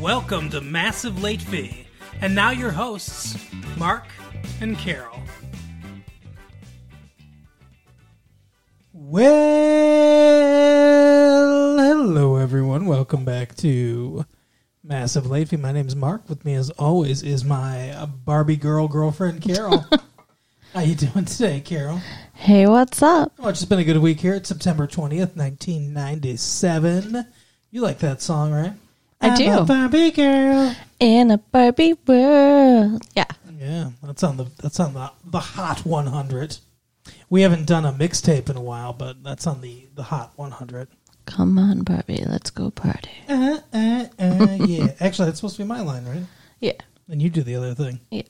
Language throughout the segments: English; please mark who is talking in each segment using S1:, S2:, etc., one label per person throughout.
S1: Welcome to Massive Late Fee. And now your hosts, Mark and Carol. Well, hello everyone. Welcome back to Massive Late Fee. My name's Mark. With me, as always, is my uh, Barbie girl girlfriend, Carol. How you doing today, Carol?
S2: Hey, what's up?
S1: Well, it's just been a good week here. It's September 20th, 1997. You like that song, right?
S2: I
S1: I'm
S2: do.
S1: a Barbie girl.
S2: In a Barbie world. Yeah.
S1: Yeah, that's on the that's on the the Hot 100. We haven't done a mixtape in a while, but that's on the the Hot 100.
S2: Come on, Barbie, let's go party.
S1: Uh, uh, uh, yeah. Actually, that's supposed to be my line, right?
S2: Yeah.
S1: And you do the other thing.
S2: Yeah.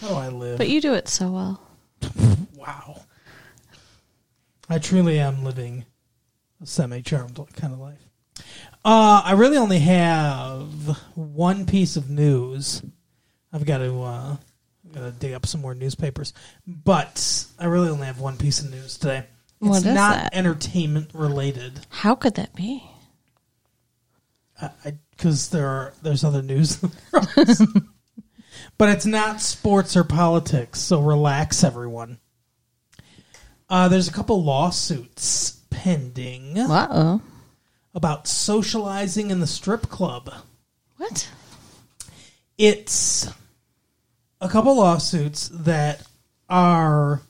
S1: How do I live?
S2: But you do it so well.
S1: wow. I truly am living a semi charmed kind of life. Uh, I really only have one piece of news. I've got to uh, I've got to dig up some more newspapers, but I really only have one piece of news today. It's
S2: What is
S1: not
S2: that?
S1: entertainment related
S2: How could that be?
S1: because there are there's other news, but it's not sports or politics. So relax, everyone. Uh, there's a couple lawsuits pending
S2: Uh oh.
S1: about socializing in the strip club.
S2: What?
S1: It's a couple lawsuits that are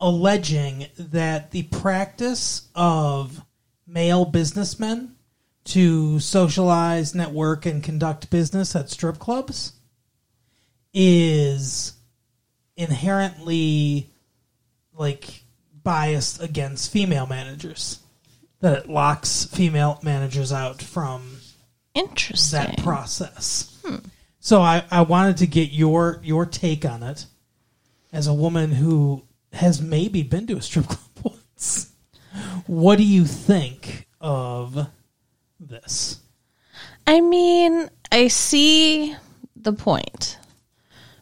S1: alleging that the practice of male businessmen to socialize, network, and conduct business at strip clubs is inherently like biased against female managers. That it locks female managers out from
S2: Interesting. Hmm.
S1: that process. So I, I wanted to get your your take on it as a woman who has maybe been to a strip club once. What do you think of this?
S2: I mean, I see the point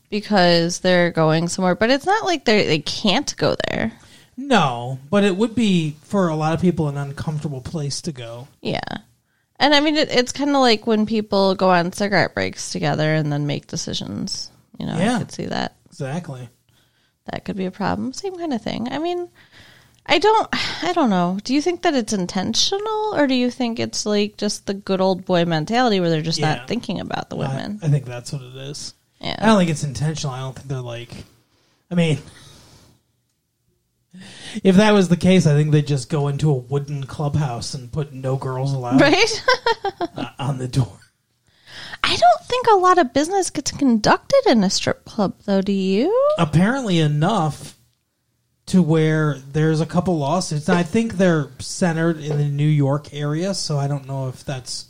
S2: because they're going somewhere, but it's not like they they can't go there.
S1: No, but it would be for a lot of people an uncomfortable place to go.
S2: Yeah. And I mean, it, it's kind of like when people go on cigarette breaks together and then make decisions. You know,
S1: Yeah.
S2: I could see that.
S1: Exactly.
S2: that could be a problem same kind of thing i mean i don't i don't know do you think that it's intentional or do you think it's like just the good old boy mentality where they're just
S1: Yeah.
S2: not thinking about the women
S1: I, I think that's what it is. I
S2: yeah
S1: don't think it's intentional. I don't think they're like. I mean, if that was the case, I think they'd just go into a wooden clubhouse and put no girls allowed
S2: right
S1: uh, on the door.
S2: i don't think a lot of business gets conducted in a strip club though do you
S1: Apparently, enough to where there's a couple lawsuits. And I think they're centered in the New York area, so I don't know if that's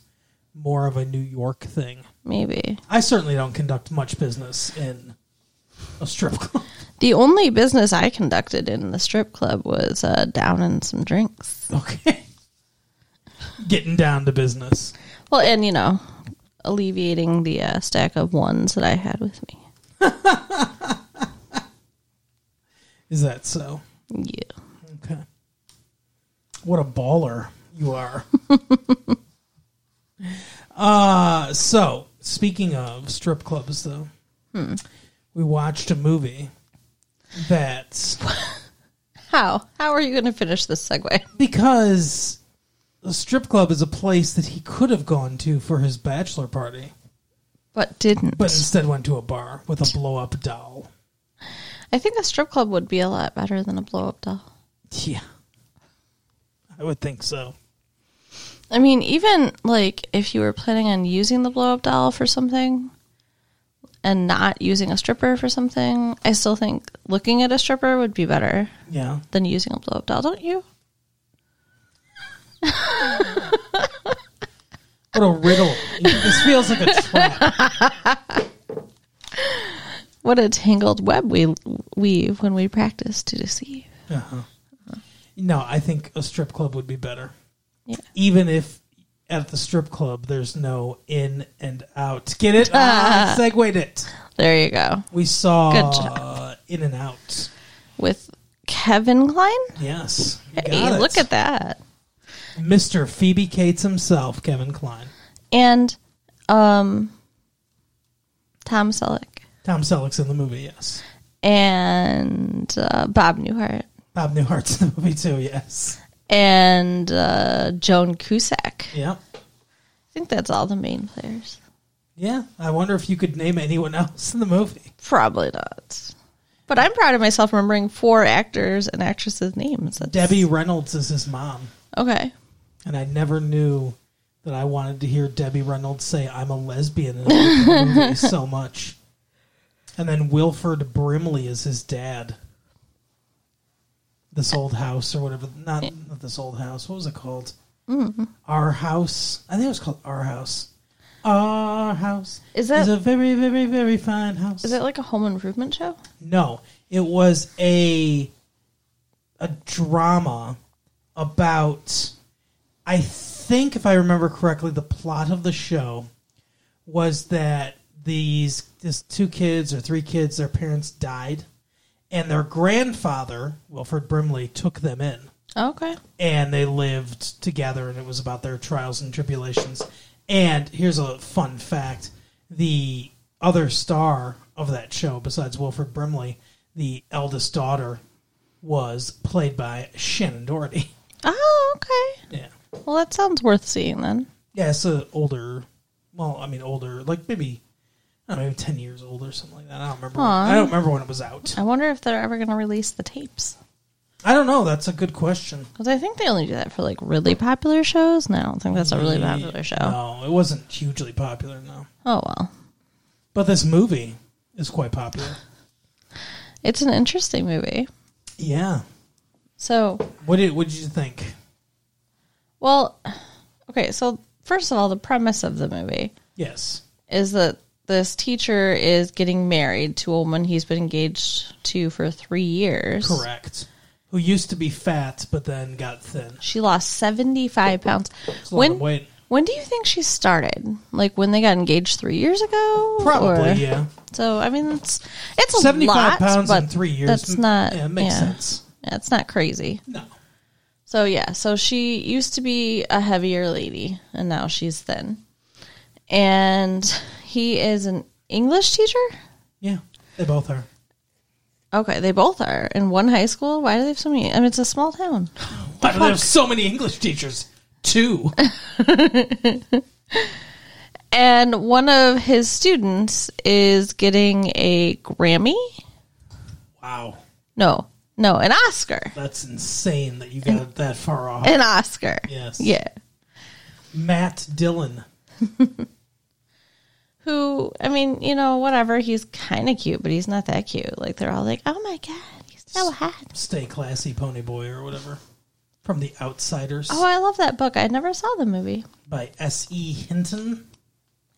S1: more of a New York thing.
S2: maybe
S1: I certainly don't conduct much business in a strip club.
S2: the only business i conducted in the strip club was uh, downing some drinks
S1: Okay. Getting down to business.
S2: well and you know alleviating the uh, stack of ones that i had with me
S1: Is that so?
S2: yeah
S1: Okay. What a baller you are. uh so speaking of strip clubs though, we watched a movie that
S2: how how are you going to finish this segue
S1: because a strip club is a place that he could have gone to for his bachelor party,
S2: But didn't.
S1: but instead went to a bar with a blow up doll.
S2: I think a strip club would be a lot better than a blow up doll.
S1: Yeah. I would think so.
S2: I mean, even like if you were planning on using the blow up doll for something and not using a stripper for something, I still think looking at a stripper would be better
S1: Yeah.
S2: than using a blow up doll, don't you?
S1: What a riddle. this feels like a trap.
S2: What a tangled web we weave when we practice to deceive.
S1: Uh-huh. No, I think a strip club would be better.
S2: Yeah.
S1: Even if at the strip club there's no in and out. Get it? Ah, I segued it.
S2: There you go.
S1: We saw
S2: Good
S1: in and out.
S2: With Kevin Klein?
S1: Yes. you
S2: Hey,
S1: got it.
S2: look at that.
S1: Mr. Phoebe Cates himself, Kevin Klein.
S2: And Um, Tom Selleck
S1: Tom Selleck's in the movie, yes.
S2: and uh, Bob Newhart
S1: Bob Newhart's in the movie too, yes.
S2: and uh, Joan Cusack.
S1: Yeah.
S2: I think that's all the main players.
S1: Yeah. I wonder if you could name anyone else in the movie.
S2: Probably not. But I'm proud of myself remembering four actors and actresses' names. That's-
S1: Debbie Reynolds is his mom.
S2: Okay.
S1: And I never knew that I wanted to hear Debbie Reynolds say, I'm a lesbian in a movie so much. And then Wilford Brimley is his dad. This old house or whatever. Not, not this old house. What was it called?
S2: Mm-hmm.
S1: Our house. I think it was called Our House. Our house
S2: Is that-
S1: is a very, very, very fine house.
S2: Is it like a home improvement show?
S1: No, it was a a drama about I think if I remember correctly the plot of the show was that these these two kids or three kids their parents died and their grandfather Wilfred Brimley took them in
S2: Okay.
S1: and they lived together and it was about their trials and tribulations and here's a fun fact the other star of that show besides wilfred brimley the eldest daughter was played by shannon doherty
S2: Oh, okay.
S1: yeah
S2: Well, that sounds worth seeing then.
S1: yeah it's an older well i mean older like maybe I don't know, maybe ten years old or something like that. I don't remember. When,
S2: Aw.
S1: I don't remember when it was out.
S2: I wonder if they're ever going to release the tapes.
S1: I don't know. That's a good question.
S2: Because I think they only do that for like really popular shows. And I don't think that's a really popular show.
S1: No, it wasn't hugely popular. No,
S2: Oh, well.
S1: but this movie is quite popular.
S2: It's an interesting movie.
S1: Yeah,
S2: So,
S1: What did what did you think?
S2: well, okay. So, first of all, the premise of the movie
S1: Yes.
S2: is that this teacher is getting married to a woman he's been engaged to for three years.
S1: Correct. Who used to be fat but then got thin.
S2: She lost 75 pounds.
S1: It's a lot
S2: When,
S1: of weight.
S2: when do you think she started? Like when they got engaged three years ago?
S1: Probably,
S2: Or-
S1: yeah.
S2: So, I mean, it's, it's a
S1: Seventy five
S2: lot,
S1: pounds
S2: but
S1: in three years. mm,
S2: That's not,
S1: yeah, it makes
S2: yeah.
S1: sense.
S2: Yeah, it's not crazy.
S1: No.
S2: So yeah, so she used to be a heavier lady and now she's thin. And he is an English teacher?
S1: Yeah. They both are.
S2: Okay, they both are in one high school. Why do they have so many? I mean, it's a small town.
S1: Why do they have so many English teachers? Two.
S2: And one of his students is getting a Grammy?
S1: wow.
S2: No. No, an Oscar.
S1: That's insane that you got it that far off.
S2: An Oscar.
S1: Yes.
S2: Yeah.
S1: Matt Dillon.
S2: Who, I mean, you know, whatever, he's kind of cute, but he's not that cute. Like they're all like, "Oh my god, he's so hot."
S1: Stay classy pony boy or whatever. From the Outsiders
S2: Oh, I love that book. I never saw the movie.
S1: by S. E. Hinton.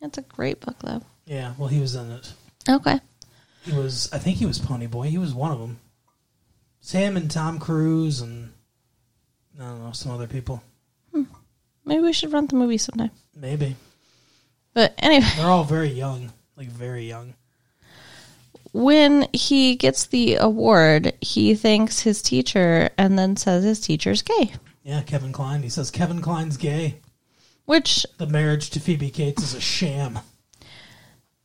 S2: It's a great book, though.
S1: Yeah, well he was in it.
S2: Okay.
S1: He was, I think he was Pony Boy. He was one of them. It's him and Tom Cruise and I don't know some other people.
S2: Maybe we should rent the movie sometime.
S1: Maybe
S2: But anyway,
S1: they're all very young, like very young.
S2: when he gets the award, he thanks his teacher and then says his teacher's gay,
S1: Yeah, Kevin Klein. He says Kevin Klein's gay.
S2: which
S1: The marriage to Phoebe Cates is a sham.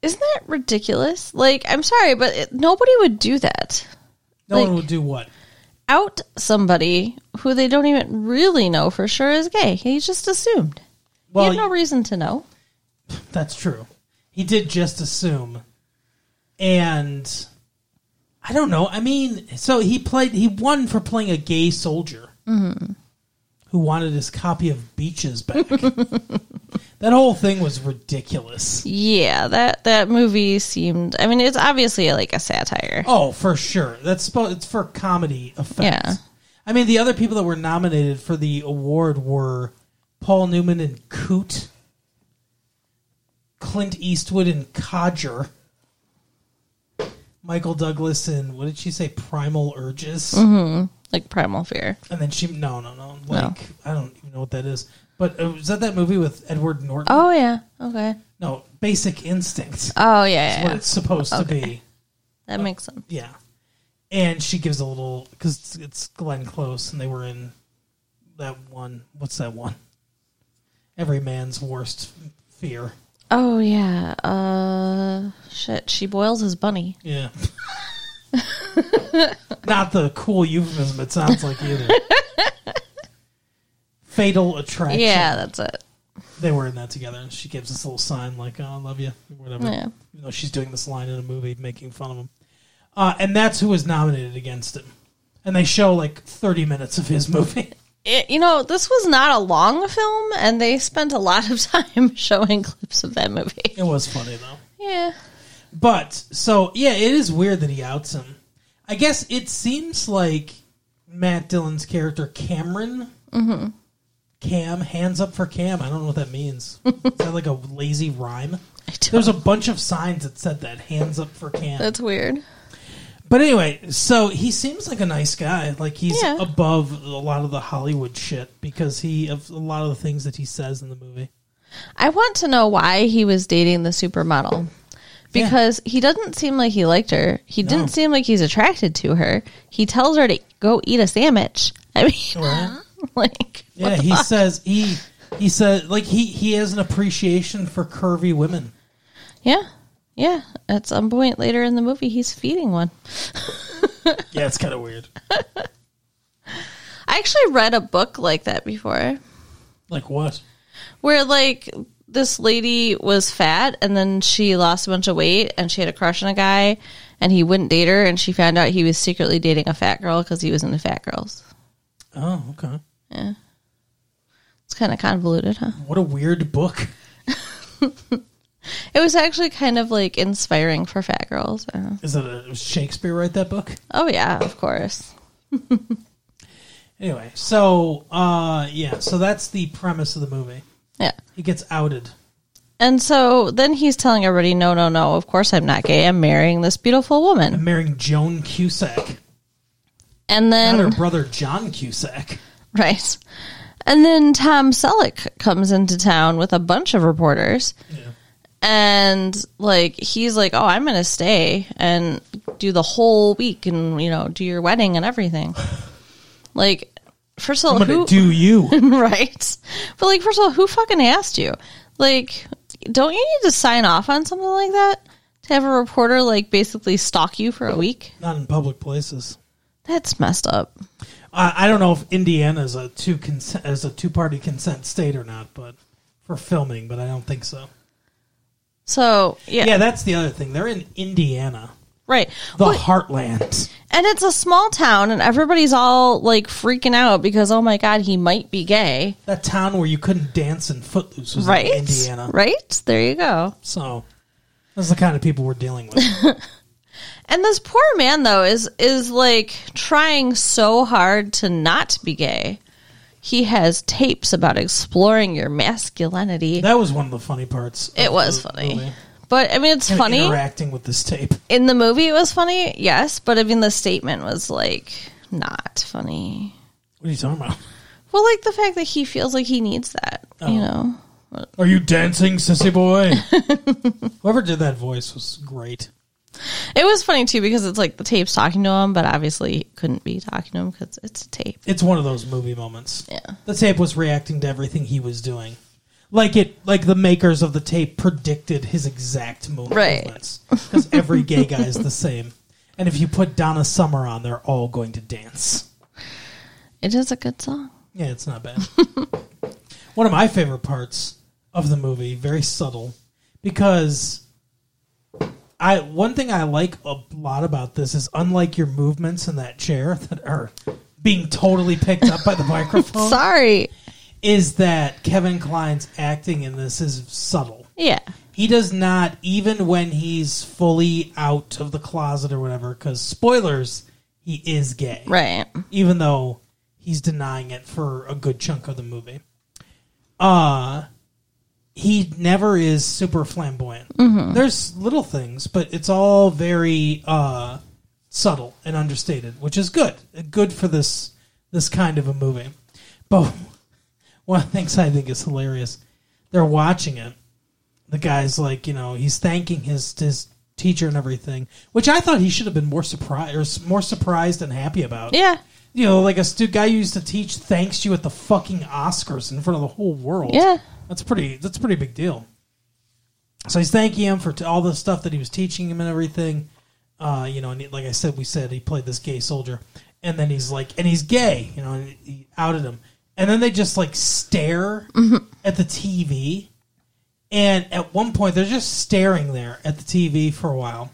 S2: isn't that ridiculous? Like, I'm sorry, but it, nobody would do that.
S1: No one
S2: Like-
S1: would do what?
S2: Out somebody who they don't even really know for sure is gay. He just assumed.
S1: Well,
S2: he had no reason to know.
S1: that's true. He did just assume, and I don't know. I mean, so he played. He won for playing a gay soldier who wanted his copy of Beaches back. that whole thing was ridiculous.
S2: Yeah, that that movie seemed. I mean, it's obviously like a satire.
S1: Oh, for sure. That's spo- it's for comedy effect.
S2: Yeah.
S1: I mean, the other people that were nominated for the award were Paul Newman and Coot, Clint Eastwood and Codger, Michael Douglas and what did she say? Primal Urges.
S2: Mm-hmm. Like Primal Fear.
S1: And then she no no no like I don't even know what that is. But uh, was that that movie with Edward Norton?
S2: Oh yeah. Okay.
S1: No, Basic Instinct.
S2: Oh yeah, yeah,
S1: What
S2: yeah.
S1: it's supposed to be.
S2: that makes sense.
S1: Yeah. And she gives a little because it's Glenn Close, and they were in that one. What's that one? Every man's worst fear.
S2: Oh yeah. Uh shit, she boils his bunny.
S1: Yeah. Not the cool euphemism it sounds like either. Fatal attraction.
S2: Yeah, that's it.
S1: They were in that together, and she gives this little sign like, oh, I love you, or whatever.
S2: Yeah.
S1: You know, she's doing this line in a movie, making fun of him. Uh, and that's who was nominated against him. And they show like 30 minutes of his movie.
S2: It- You know, this was not a long film and they spent a lot of time showing clips of that movie.
S1: It was funny, though.
S2: Yeah.
S1: But so yeah, it is weird that he outs him. I guess it seems like Matt Dillon's character Cameron.
S2: Mm-hmm.
S1: Cam, hands up for Cam. I don't know what that means. is that like a lazy rhyme?
S2: I don't-
S1: There's a bunch of signs that said that hands up for Cam.
S2: That's weird.
S1: But anyway, so he seems like a nice guy. Like he's
S2: Yeah.
S1: above a lot of the Hollywood shit because he of a lot of the things that he says in the movie.
S2: I want to know why he was dating the supermodel. Because he doesn't seem like he liked her. He didn't seem like he's attracted to her. He tells her to go eat a sandwich. I mean,
S1: Right.
S2: like,
S1: Yeah, he says he he said like he he has an appreciation for curvy women.
S2: yeah, yeah. At some point later in the movie, he's feeding one.
S1: Yeah, it's kind of weird.
S2: I actually read a book like that before,
S1: Like what?
S2: where like this lady was fat and then she lost a bunch of weight and she had a crush on a guy and he wouldn't date her and she found out he was secretly dating a fat girl because he was into fat girls.
S1: Oh, okay.
S2: It's kind of convoluted, huh?
S1: What a weird book.
S2: It was actually kind of like inspiring for fat girls. I don't know.
S1: Is it a it was Shakespeare write that book?
S2: Oh yeah, of course.
S1: Anyway, so uh yeah, so that's the premise of the movie.
S2: Yeah.
S1: He gets outed.
S2: And so then he's telling everybody, "No, no, no. Of course I'm not gay. I'm marrying this beautiful woman."
S1: Marrying Joan Cusack.
S2: And
S1: Not her
S2: then
S1: brother John Cusack.
S2: right. And then Tom Selleck comes into town with a bunch of reporters.
S1: Yeah.
S2: And like he's like, "Oh, I'm going to stay and do the whole week and, you know, do your wedding and everything." Like first of all,
S1: I'm gonna
S2: who
S1: do you.
S2: right? But like, first of all, who fucking asked you? Like, don't you need to sign off on something like that to have a reporter like basically stalk you for a week?
S1: Not in public places.
S2: That's messed up.
S1: I, I don't know if Indiana is a two consent is a two party consent state or not, but for filming, but I don't think so.
S2: So yeah,
S1: Yeah, that's the other thing. They're in Indiana,
S2: right.
S1: the
S2: Well,
S1: heartland.
S2: and it's a small town, and everybody's all like freaking out because oh my god, he might be gay.
S1: That town where you couldn't dance in Footloose was
S2: Right,
S1: in Indiana.
S2: Right there, you go.
S1: So that's the kind of people we're dealing with.
S2: And this poor man though is is like trying so hard to not be gay. He has tapes about exploring your masculinity.
S1: that was one of the funny parts. of
S2: It was
S1: the
S2: funny.
S1: movie.
S2: But I mean, it's
S1: Kinda
S2: funny.
S1: interacting with this tape.
S2: In the movie, it was funny, yes. But I mean, the statement was like not funny.
S1: What are you talking about?
S2: Well, like the fact that he feels like he needs that,
S1: Oh.
S2: you know?
S1: Are you dancing, sissy boy? Whoever did that voice was great.
S2: It was funny too because it's like the tape's talking to him, but obviously he couldn't be talking to him because it's a tape.
S1: It's one of those movie moments.
S2: Yeah.
S1: The tape was reacting to everything he was doing. Like it like the makers of the tape predicted his exact mo-
S2: Right.
S1: movements. Because every gay guy is the same. And if you put Donna Summer on, they're all going to dance.
S2: It is a good song.
S1: Yeah, it's not bad. one of my favorite parts of the movie, very subtle, because I one thing I like a lot about this is unlike your movements in that chair that are being totally picked up by the microphone
S2: Sorry.
S1: is that Kevin Klein's acting in this is subtle.
S2: Yeah.
S1: He does not, even when he's fully out of the closet or whatever, because spoilers, he is gay.
S2: Right.
S1: Even though he's denying it for a good chunk of the movie. Uh, he never is super flamboyant. There's little things, but it's all very uh, subtle and understated, which is good. Good for this this kind of a movie. But one of the things I think is hilarious, they're watching it. The guy's like, you know, he's thanking his his teacher and everything, which I thought he should have been more surprised or s- more surprised and happy about.
S2: Yeah.
S1: You know, like a stu- guy who used to teach thanks you at the fucking Oscars in front of the whole world.
S2: Yeah.
S1: That's pretty that's a pretty big deal. So he's thanking him for t- all the stuff that he was teaching him and everything. Uh, you know, and he- like I said, we said he played this gay soldier, and then he's like, and he's gay. You know, and he outed him, and then they just like stare at the TV, and at one point they're just staring there at the TV for a while,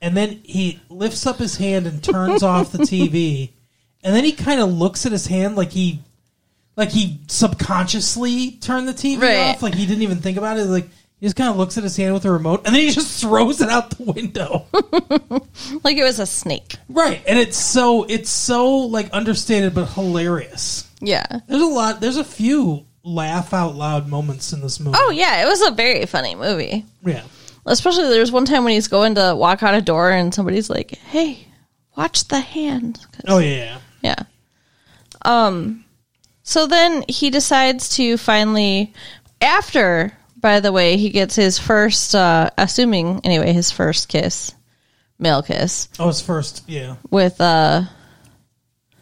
S1: and then he lifts up his hand and turns off the TV, and then he kind of looks at his hand like he like he subconsciously turned the TV
S2: Right.
S1: off, like he didn't even think about it. Like he just kind of looks at his hand with the remote, and then he just throws it out the window.
S2: Like it was a snake.
S1: right, and it's so it's so like understated but hilarious.
S2: Yeah.
S1: There's a lot. There's a few laugh out loud moments in this movie.
S2: Oh yeah, it was a very funny movie.
S1: yeah.
S2: Especially there's one time when he's going to walk out a door and somebody's like, "Hey, watch the hand." 'Cause-
S1: Oh yeah.
S2: Yeah. Um so then he decides to finally after by the way, he gets his first uh assuming anyway, his first kiss, male kiss
S1: Oh, his first. Yeah.
S2: with uh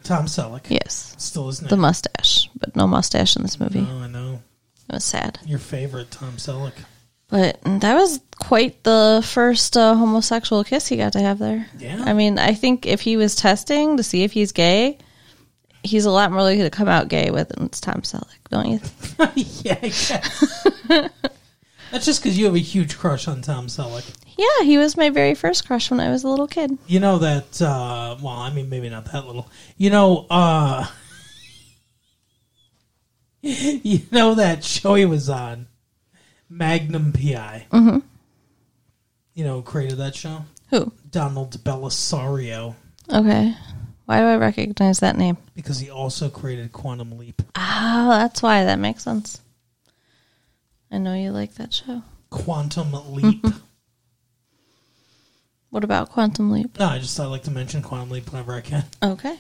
S1: Tom Selleck.
S2: yes,
S1: Still his name.
S2: the mustache, but no mustache in this movie.
S1: oh, I know.
S2: It was sad.
S1: Your favorite Tom Selleck.
S2: But that was quite the first uh, homosexual kiss he got to have there.
S1: Yeah.
S2: I mean, I think if he was testing to see if he's gay, he's a lot more likely to come out gay with and it's Tom Selleck, don't you? think?
S1: yeah. I guess. That's just because you have a huge crush on Tom Selleck.
S2: yeah, he was my very first crush when I was a little kid.
S1: You know that. Uh, well, I mean, maybe not that little. You know. uh You know that show he was on, Magnum PI. Mm-hmm. You know, who created that show
S2: Who?
S1: Donald Belisario
S2: Okay. Why do I recognize that name?
S1: because he also created Quantum Leap.
S2: Ah, that's why. That makes sense. I know you like that show.
S1: Quantum Leap.
S2: Mm-hmm. What about Quantum Leap?
S1: no, I just I like to mention Quantum Leap whenever I can.
S2: Okay.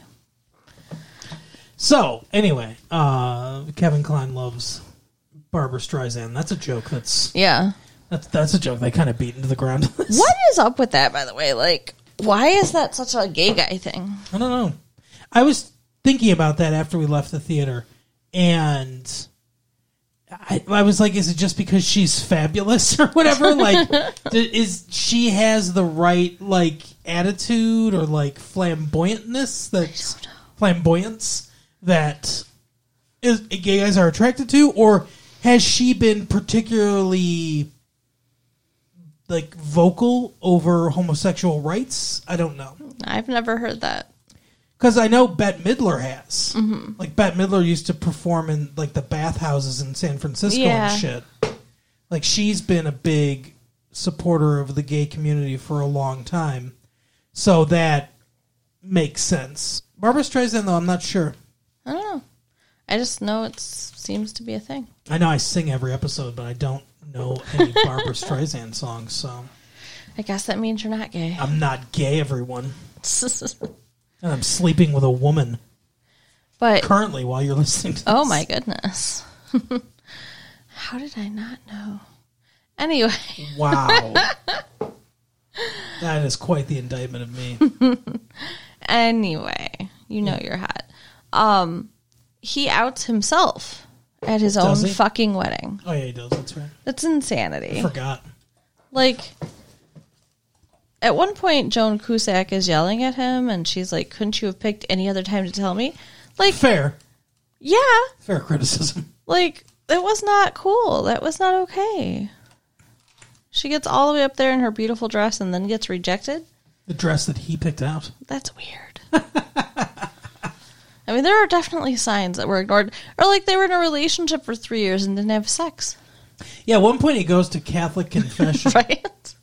S1: So anyway, uh, Kevin Klein loves Barbara Streisand. That's a joke. That's
S2: Yeah.
S1: that's that's a joke. They kind of beat into the ground.
S2: What is up with that, by the way? Like, why is that such a gay guy thing?
S1: I don't know. I was thinking about that after we left the theater, and I, I was like, "Is it just because she's fabulous or whatever? Like, d- is she has the right like attitude or like flamboyantness that's flamboyance that is gay guys are attracted to, or has she been particularly like vocal over homosexual rights? I don't know."
S2: I've never heard that.
S1: Because I know Bette Midler has. Like Bette Midler used to perform in like the bathhouses in San Francisco
S2: Yeah.
S1: and shit. Like she's been a big supporter of the gay community for a long time, so that makes sense. Barbara Streisand, though, I'm not sure.
S2: I don't know. I just know it seems to be a thing.
S1: I know I sing every episode, but I don't know any Barbara Streisand songs, so
S2: I guess that means you're not gay.
S1: I'm not gay, everyone. And I'm sleeping with a woman
S2: but
S1: currently while you're listening to this.
S2: oh my goodness. How did I not know? Anyway,
S1: Wow. that is quite the indictment of me.
S2: anyway, you know you're hot. Um he outs himself at his
S1: Does
S2: own
S1: he?
S2: fucking wedding.
S1: Oh, yeah, he does. That's right.
S2: That's insanity.
S1: Forgot.
S2: like at one point joan cusack is yelling at him and she's like couldn't you have picked any other time to tell me like
S1: Fair.
S2: yeah
S1: Fair criticism.
S2: like that was not cool that was not okay she gets all the way up there in her beautiful dress and then gets rejected
S1: The dress that he picked out.
S2: that's weird i mean there are definitely signs that were ignored or like they were in a relationship for three years and didn't have sex
S1: Yeah, at one point he goes to Catholic confession
S2: right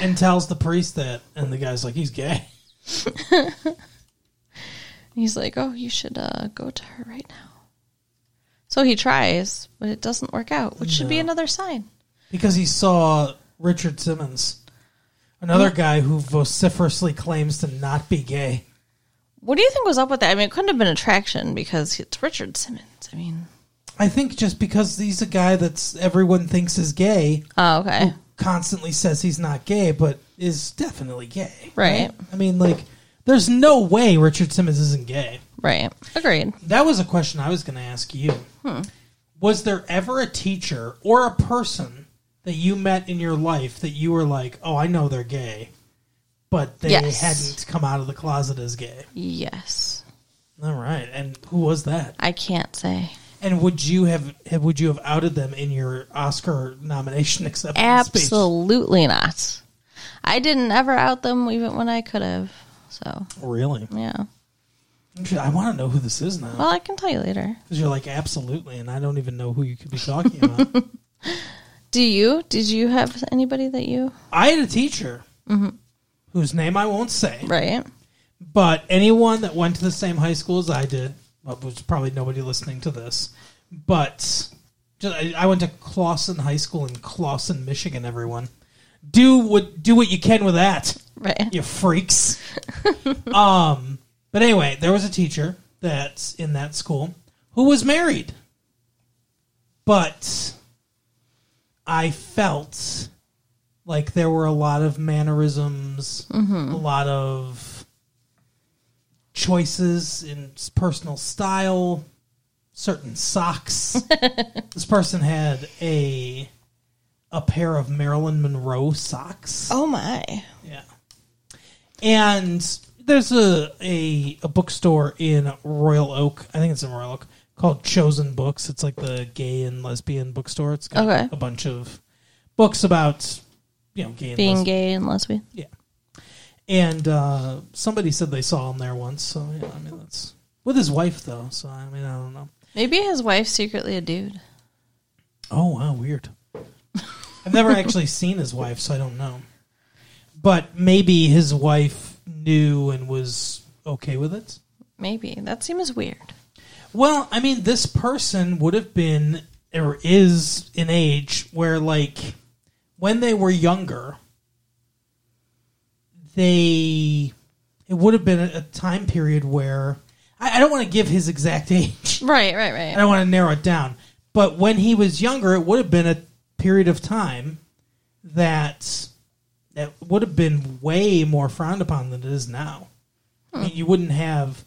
S1: and tells the priest that, and the guy's like, he's gay.
S2: And he's like, "Oh, you should uh, go to her right now." So he tries, but it doesn't work out, which should be another sign.
S1: Because he saw Richard Simmons, another guy who vociferously claims to not be gay.
S2: What do you think was up with that? I mean, it couldn't have been attraction because it's Richard Simmons. I mean,
S1: I think just because he's a guy that's everyone thinks is gay,
S2: oh, okay,
S1: constantly says he's not gay, but is definitely gay.
S2: Right.
S1: I mean, like, there's no way Richard Simmons isn't gay.
S2: right, agreed.
S1: That was a
S2: Hmm.
S1: question I was going to ask you. Was there ever a teacher or a person that you met in your life that you were like, oh, I know they're gay, but they
S2: Yes.
S1: hadn't come out of the closet as gay?
S2: Yes.
S1: All right, and who was that?
S2: I can't say.
S1: And would you have, have would you have outed them in your Oscar nomination acceptance
S2: Absolutely not. I didn't ever out them even when I could have. So,
S1: speech? Really?
S2: yeah.
S1: I want to know who this is now
S2: Well, I can tell you later.
S1: because you're like absolutely, and I don't even know who you could be talking about.
S2: Do you? Did you have anybody that you?
S1: I had a teacher whose name I won't say,
S2: Right.
S1: but anyone that went to the same high school as I did, well, which probably nobody listening to this, but just, I, I went to Clawson High School in Clawson, Michigan. Everyone, do what do what you can with that,
S2: Right.
S1: you freaks. um, but anyway, there was a teacher that's in that school who was married, but I felt like there were a lot of mannerisms, a lot of choices in s- personal style, certain socks. this person had a a pair of Marilyn Monroe socks.
S2: Oh my.
S1: Yeah. And there's a, a a bookstore in Royal Oak. I think it's in Royal Oak called Chosen Books. It's like the gay and lesbian bookstore. It's got
S2: Okay.
S1: a bunch of books about you know gay and
S2: Being
S1: lesbian.
S2: gay and lesbian.
S1: Yeah. And uh, somebody said they saw him there once. So yeah, I mean that's with his wife though. So I mean I don't know.
S2: Maybe his wife's secretly a dude.
S1: Oh wow, weird. I've never actually seen his wife, so I don't know. But maybe his wife knew and was okay with it.
S2: Maybe that seems weird.
S1: Well, I mean, this person would have been or is an age where, like, when they were younger, they it would have been a, a time period where I, I don't want to give his exact age.
S2: Right. Right. Right.
S1: I don't want to narrow it down. But when he was younger, it would have been a period of time that that would have been way more frowned upon than it is now. I mean, you wouldn't have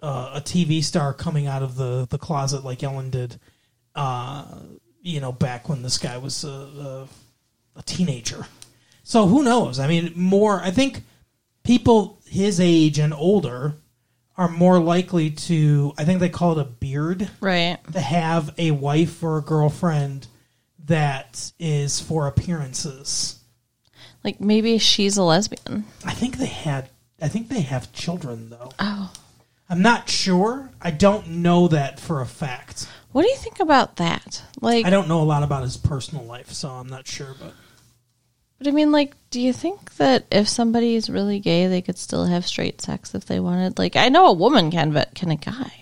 S1: uh, a TV star coming out of the, the closet like Ellen did, uh, you know, back when this guy was a, a, a teenager. So who knows? I mean, more. I think people his age and older are more likely to. I think they call it a beard
S2: Right.
S1: to have a wife or a girlfriend that is for appearances.
S2: Like maybe she's a lesbian.
S1: I think they had. I think they have children though.
S2: Oh.
S1: I'm not sure. I don't know that for a fact.
S2: What do you think about that? Like,
S1: I don't know a lot about his personal life, so I'm not sure. But
S2: but I mean, like, do you think that if somebody is really gay, they could still have straight sex if they wanted? Like, I know a woman can, but can a guy?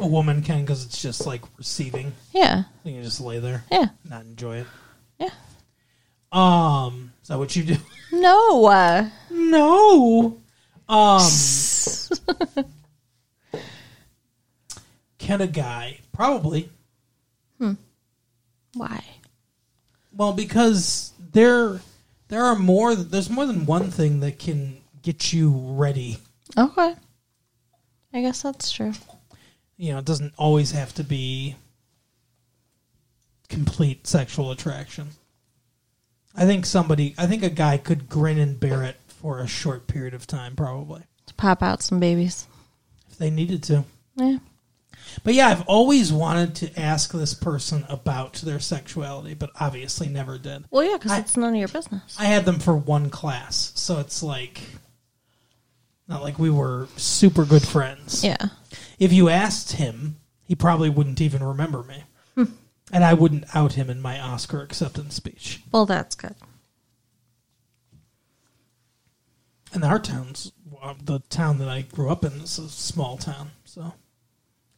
S1: a woman can because it's just like receiving.
S2: Yeah.
S1: You can just lay there,
S2: Yeah.
S1: not enjoy it.
S2: Yeah.
S1: Um, is that what you do?
S2: No. Uh,
S1: no. Um, can a guy probably?
S2: why?
S1: Well, because there there are more there's more than one thing that can get you ready.
S2: Okay. I guess that's true.
S1: You know, it doesn't always have to be complete sexual attraction. I think somebody I think a guy could grin and bear it for a short period of time probably
S2: To pop out some babies.
S1: if they needed to.
S2: Yeah.
S1: But yeah, I've always wanted to ask this person about their sexuality, but obviously never did.
S2: Well, yeah, because
S1: I-
S2: it's none of your business.
S1: I had them for one class, so it's like not like we were super good friends.
S2: Yeah.
S1: If you asked him, he probably wouldn't even remember me. and I wouldn't out him in my Oscar acceptance speech.
S2: Well, that's good.
S1: And our town's uh, the town that I grew up in is a small town, so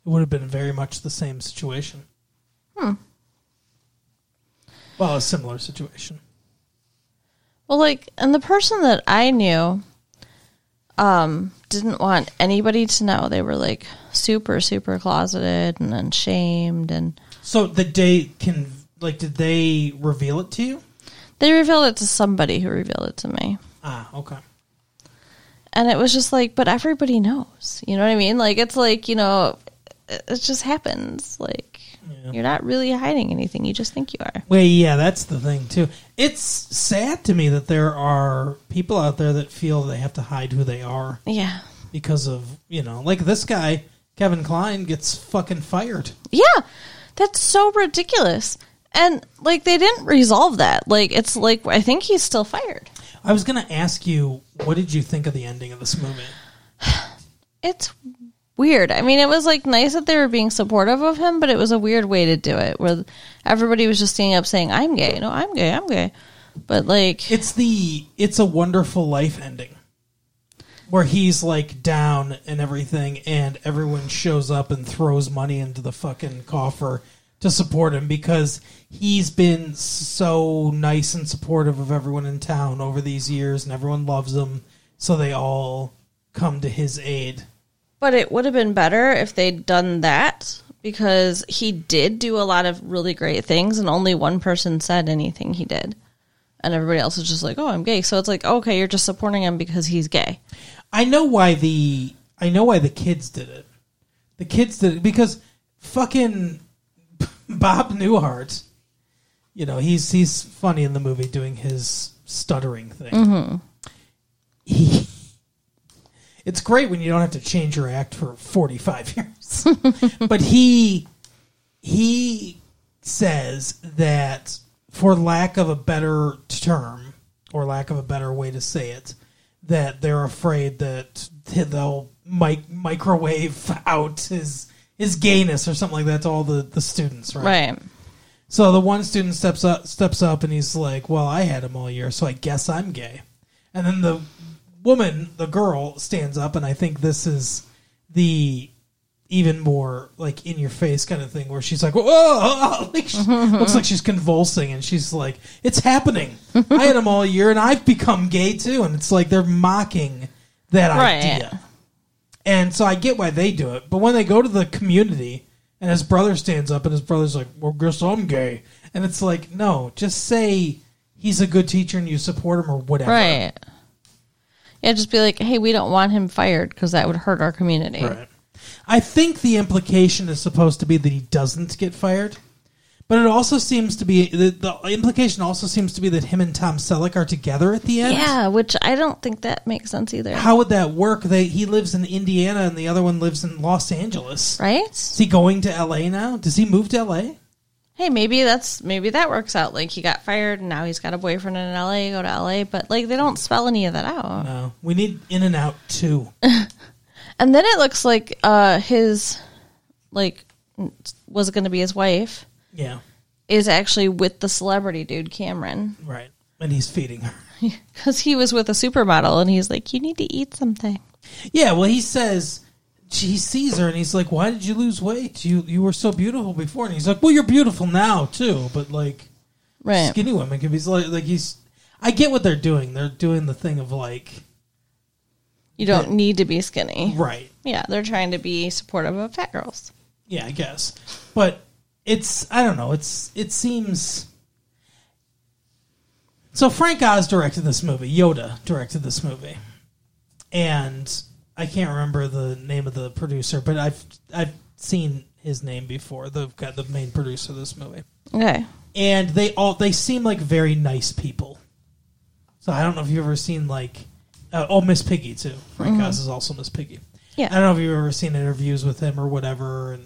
S1: it would have been very much the same situation. Hmm. Well, a similar situation.
S2: Well, like, and the person that I knew um, didn't want anybody to know. They were like super, super closeted and ashamed, and
S1: So did they can like did they reveal it to you?
S2: they revealed it to somebody who revealed it to me.
S1: Ah, okay.
S2: And it was just like, but everybody knows. You know what I mean? Like, it's like, you know, it, it just happens. Like, You're not really hiding anything. You just think you are.
S1: Well, yeah, that's the thing too. It's sad to me that there are people out there that feel they have to hide who they are
S2: Yeah.
S1: because of you know, like this guy Kevin Klein gets fucking fired.
S2: Yeah. That's so ridiculous. And like they didn't resolve that. Like it's like I think he's still fired.
S1: I was gonna ask you, what did you think of the ending of this movie?
S2: It's weird. I mean, it was like nice that they were being supportive of him, but it was a weird way to do it where everybody was just standing up saying, "I'm gay. No, I'm gay. I'm gay." But like
S1: It's the it's a wonderful life ending. Where he's like down and everything and everyone shows up and throws money into the fucking coffer to support him because he's been so nice and supportive of everyone in town over these years and everyone loves him so they all come to his aid.
S2: But it would have been better if they'd done that because he did do a lot of really great things and only one person said anything he did. And everybody else is just like, oh, I'm gay. So it's like, okay, you're just supporting him because he's gay.
S1: I know why the I know why the kids did it. The kids did it because fucking Bob Newhart. You know he's he's funny in the movie doing his stuttering thing. He, it's great when you don't have to change your act for forty five years. but he he says that for lack of a better term or lack of a better way to say it that they're afraid that they'll mic- microwave out his his gayness or something like that to all the, the students right?
S2: Right.
S1: so the one student steps up steps up and he's like well i had him all year so i guess i'm gay and then the woman the girl stands up and i think this is the even more like in your face kind of thing where she's like, whoa, like she, looks like she's convulsing and she's like, it's happening. I had them all year and I've become gay too. And it's like they're mocking that
S2: Right.
S1: idea. And so I get why they do it. But when they go to the community and his brother stands up and his brother's like, well, guess I'm gay. And it's like, no, just say he's a good teacher and you support him or whatever.
S2: Right. Yeah, just be like, hey, we don't want him fired because that would hurt our community.
S1: Right. I think the implication is supposed to be that he doesn't get fired, but it also seems to be the, the implication also seems to be that him and Tom Selleck are together at the end.
S2: Yeah, which I don't think that makes sense either.
S1: How would that work? They he lives in Indiana and the other one lives in Los Angeles.
S2: Right?
S1: Is he going to L.A. now? Does he move to L.A.?
S2: hey, maybe that's maybe that works out. Like he got fired and now he's got a boyfriend in LA, go to LA, but like they don't spell any of that out.
S1: No, we need In and Out too.
S2: And then it looks like uh his like was going to be his wife
S1: yeah,
S2: is actually with the celebrity dude Cameron
S1: right. And he's feeding her.
S2: cuz he was with a supermodel and he's like you need to eat something.
S1: Yeah, well, he says he sees her and he's like, "Why did you lose weight? You you were so beautiful before." And he's like, "Well, you're beautiful now too, but like
S2: Right.
S1: skinny women can be so- like, like he's." I get what they're doing. They're doing the thing of like,
S2: You don't need to be skinny.
S1: right?
S2: Yeah, they're trying to be supportive of fat girls.
S1: Yeah, I guess, but it's I don't know. It's it seems. So Frank Oz directed this movie. Yoda directed this movie, and I can't remember the name of the producer, but I've I've seen his name before. The got the main producer of this movie,
S2: Okay.
S1: and they all they seem like very nice people. So I don't know if you've ever seen like uh, oh Miss Piggy too. Frank Oz is also Miss Piggy.
S2: Mm-hmm. Yeah.
S1: I don't know if you've ever seen interviews with him or whatever, and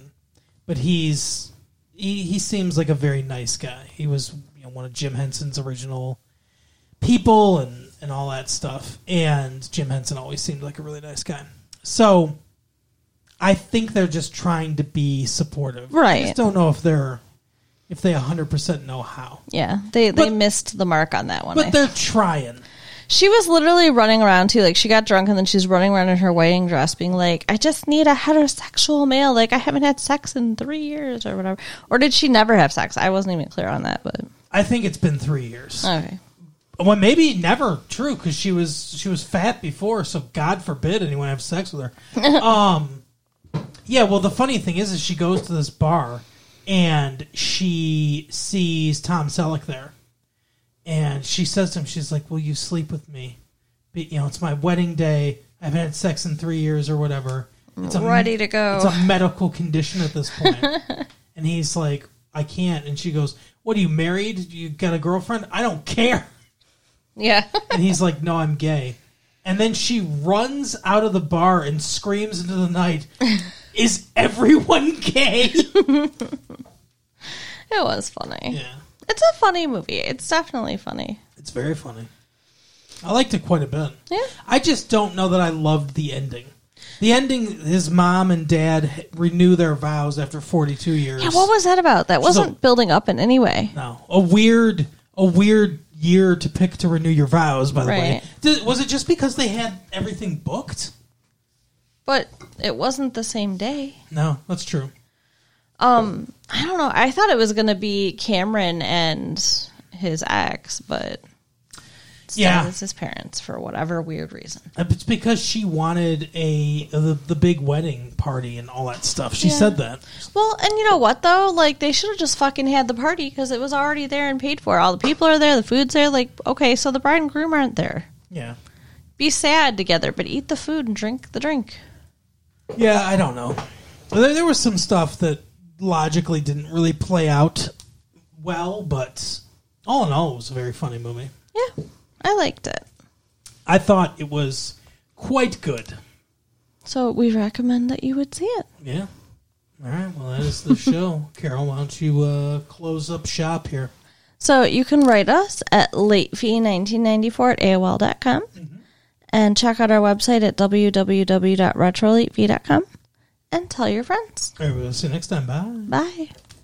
S1: but he's he he seems like a very nice guy. He was you know, one of Jim Henson's original people and and all that stuff. And Jim Henson always seemed like a really nice guy. So I think they're just trying to be supportive. I
S2: Right.
S1: just don't know if they're if they 100% know how.
S2: Yeah. They they
S1: But-
S2: missed the mark on that one. I
S1: But they're trying.
S2: She was literally running around too. Like she got drunk and then she's running around in her wedding dress, being like, "I just need a heterosexual male. Like I haven't had sex in three years or whatever." Or did she never have sex? I wasn't even clear on that, but
S1: I think it's been 3 years.
S2: okay.
S1: Well, maybe never true because she was she was fat before, so God forbid anyone have sex with her. um, yeah. Well, the funny thing is, is she goes to this bar and she sees Tom Selleck there, and she says to him, she's like, "Will you sleep with me? But, you know, it's my wedding day. I haven't had sex in three years or whatever. It's a
S2: Ready to
S1: it's
S2: go.
S1: a medical condition at this point. And he's like, I can't. And she goes, What are you married? You got a girlfriend? I don't care.
S2: Yeah.
S1: And he's like, No, I'm gay. And then she runs out of the bar and screams into the night, Is everyone gay?
S2: it was funny.
S1: yeah.
S2: It's a funny movie. It's definitely funny.
S1: It's very funny. I liked it quite a bit.
S2: Yeah.
S1: I just don't know that I loved the ending. The ending, his mom and dad renew their vows after 42 years.
S2: Yeah, what was that about? That wasn't building up in any way.
S1: no, a weird, a weird year to pick to renew your vows. By the way,
S2: Right.
S1: Did, was it just because they had everything booked?
S2: But it wasn't the same day.
S1: No, that's true.
S2: Um, I don't know. I thought it was going to be Cameron and his ex, but instead
S1: Yeah.
S2: it's his parents for whatever weird reason.
S1: Uh, It's because she wanted a uh, the, the big wedding party and all that stuff. She
S2: Yeah.
S1: said that.
S2: Well, and you know what though? Like they should have just fucking had the party because it was already there and paid for. All the people are there, the food's there. Like okay, so the bride and groom aren't there.
S1: Yeah,
S2: Be sad together, but eat the food and drink the drink.
S1: yeah. I don't know. There, there was some stuff that logically didn't really play out well, but all in all, it was a very funny movie.
S2: Yeah, I liked it.
S1: I thought it was quite good.
S2: So we recommend that you would see it.
S1: Yeah. All right. Well, that is the show. Carol, why don't you uh, close up shop here?
S2: So you can write us at latefee1994 at AOL.com and check out our website at www.retrolatefee.com and tell your friends.
S1: All right. We'll see you next time. Bye.
S2: Bye.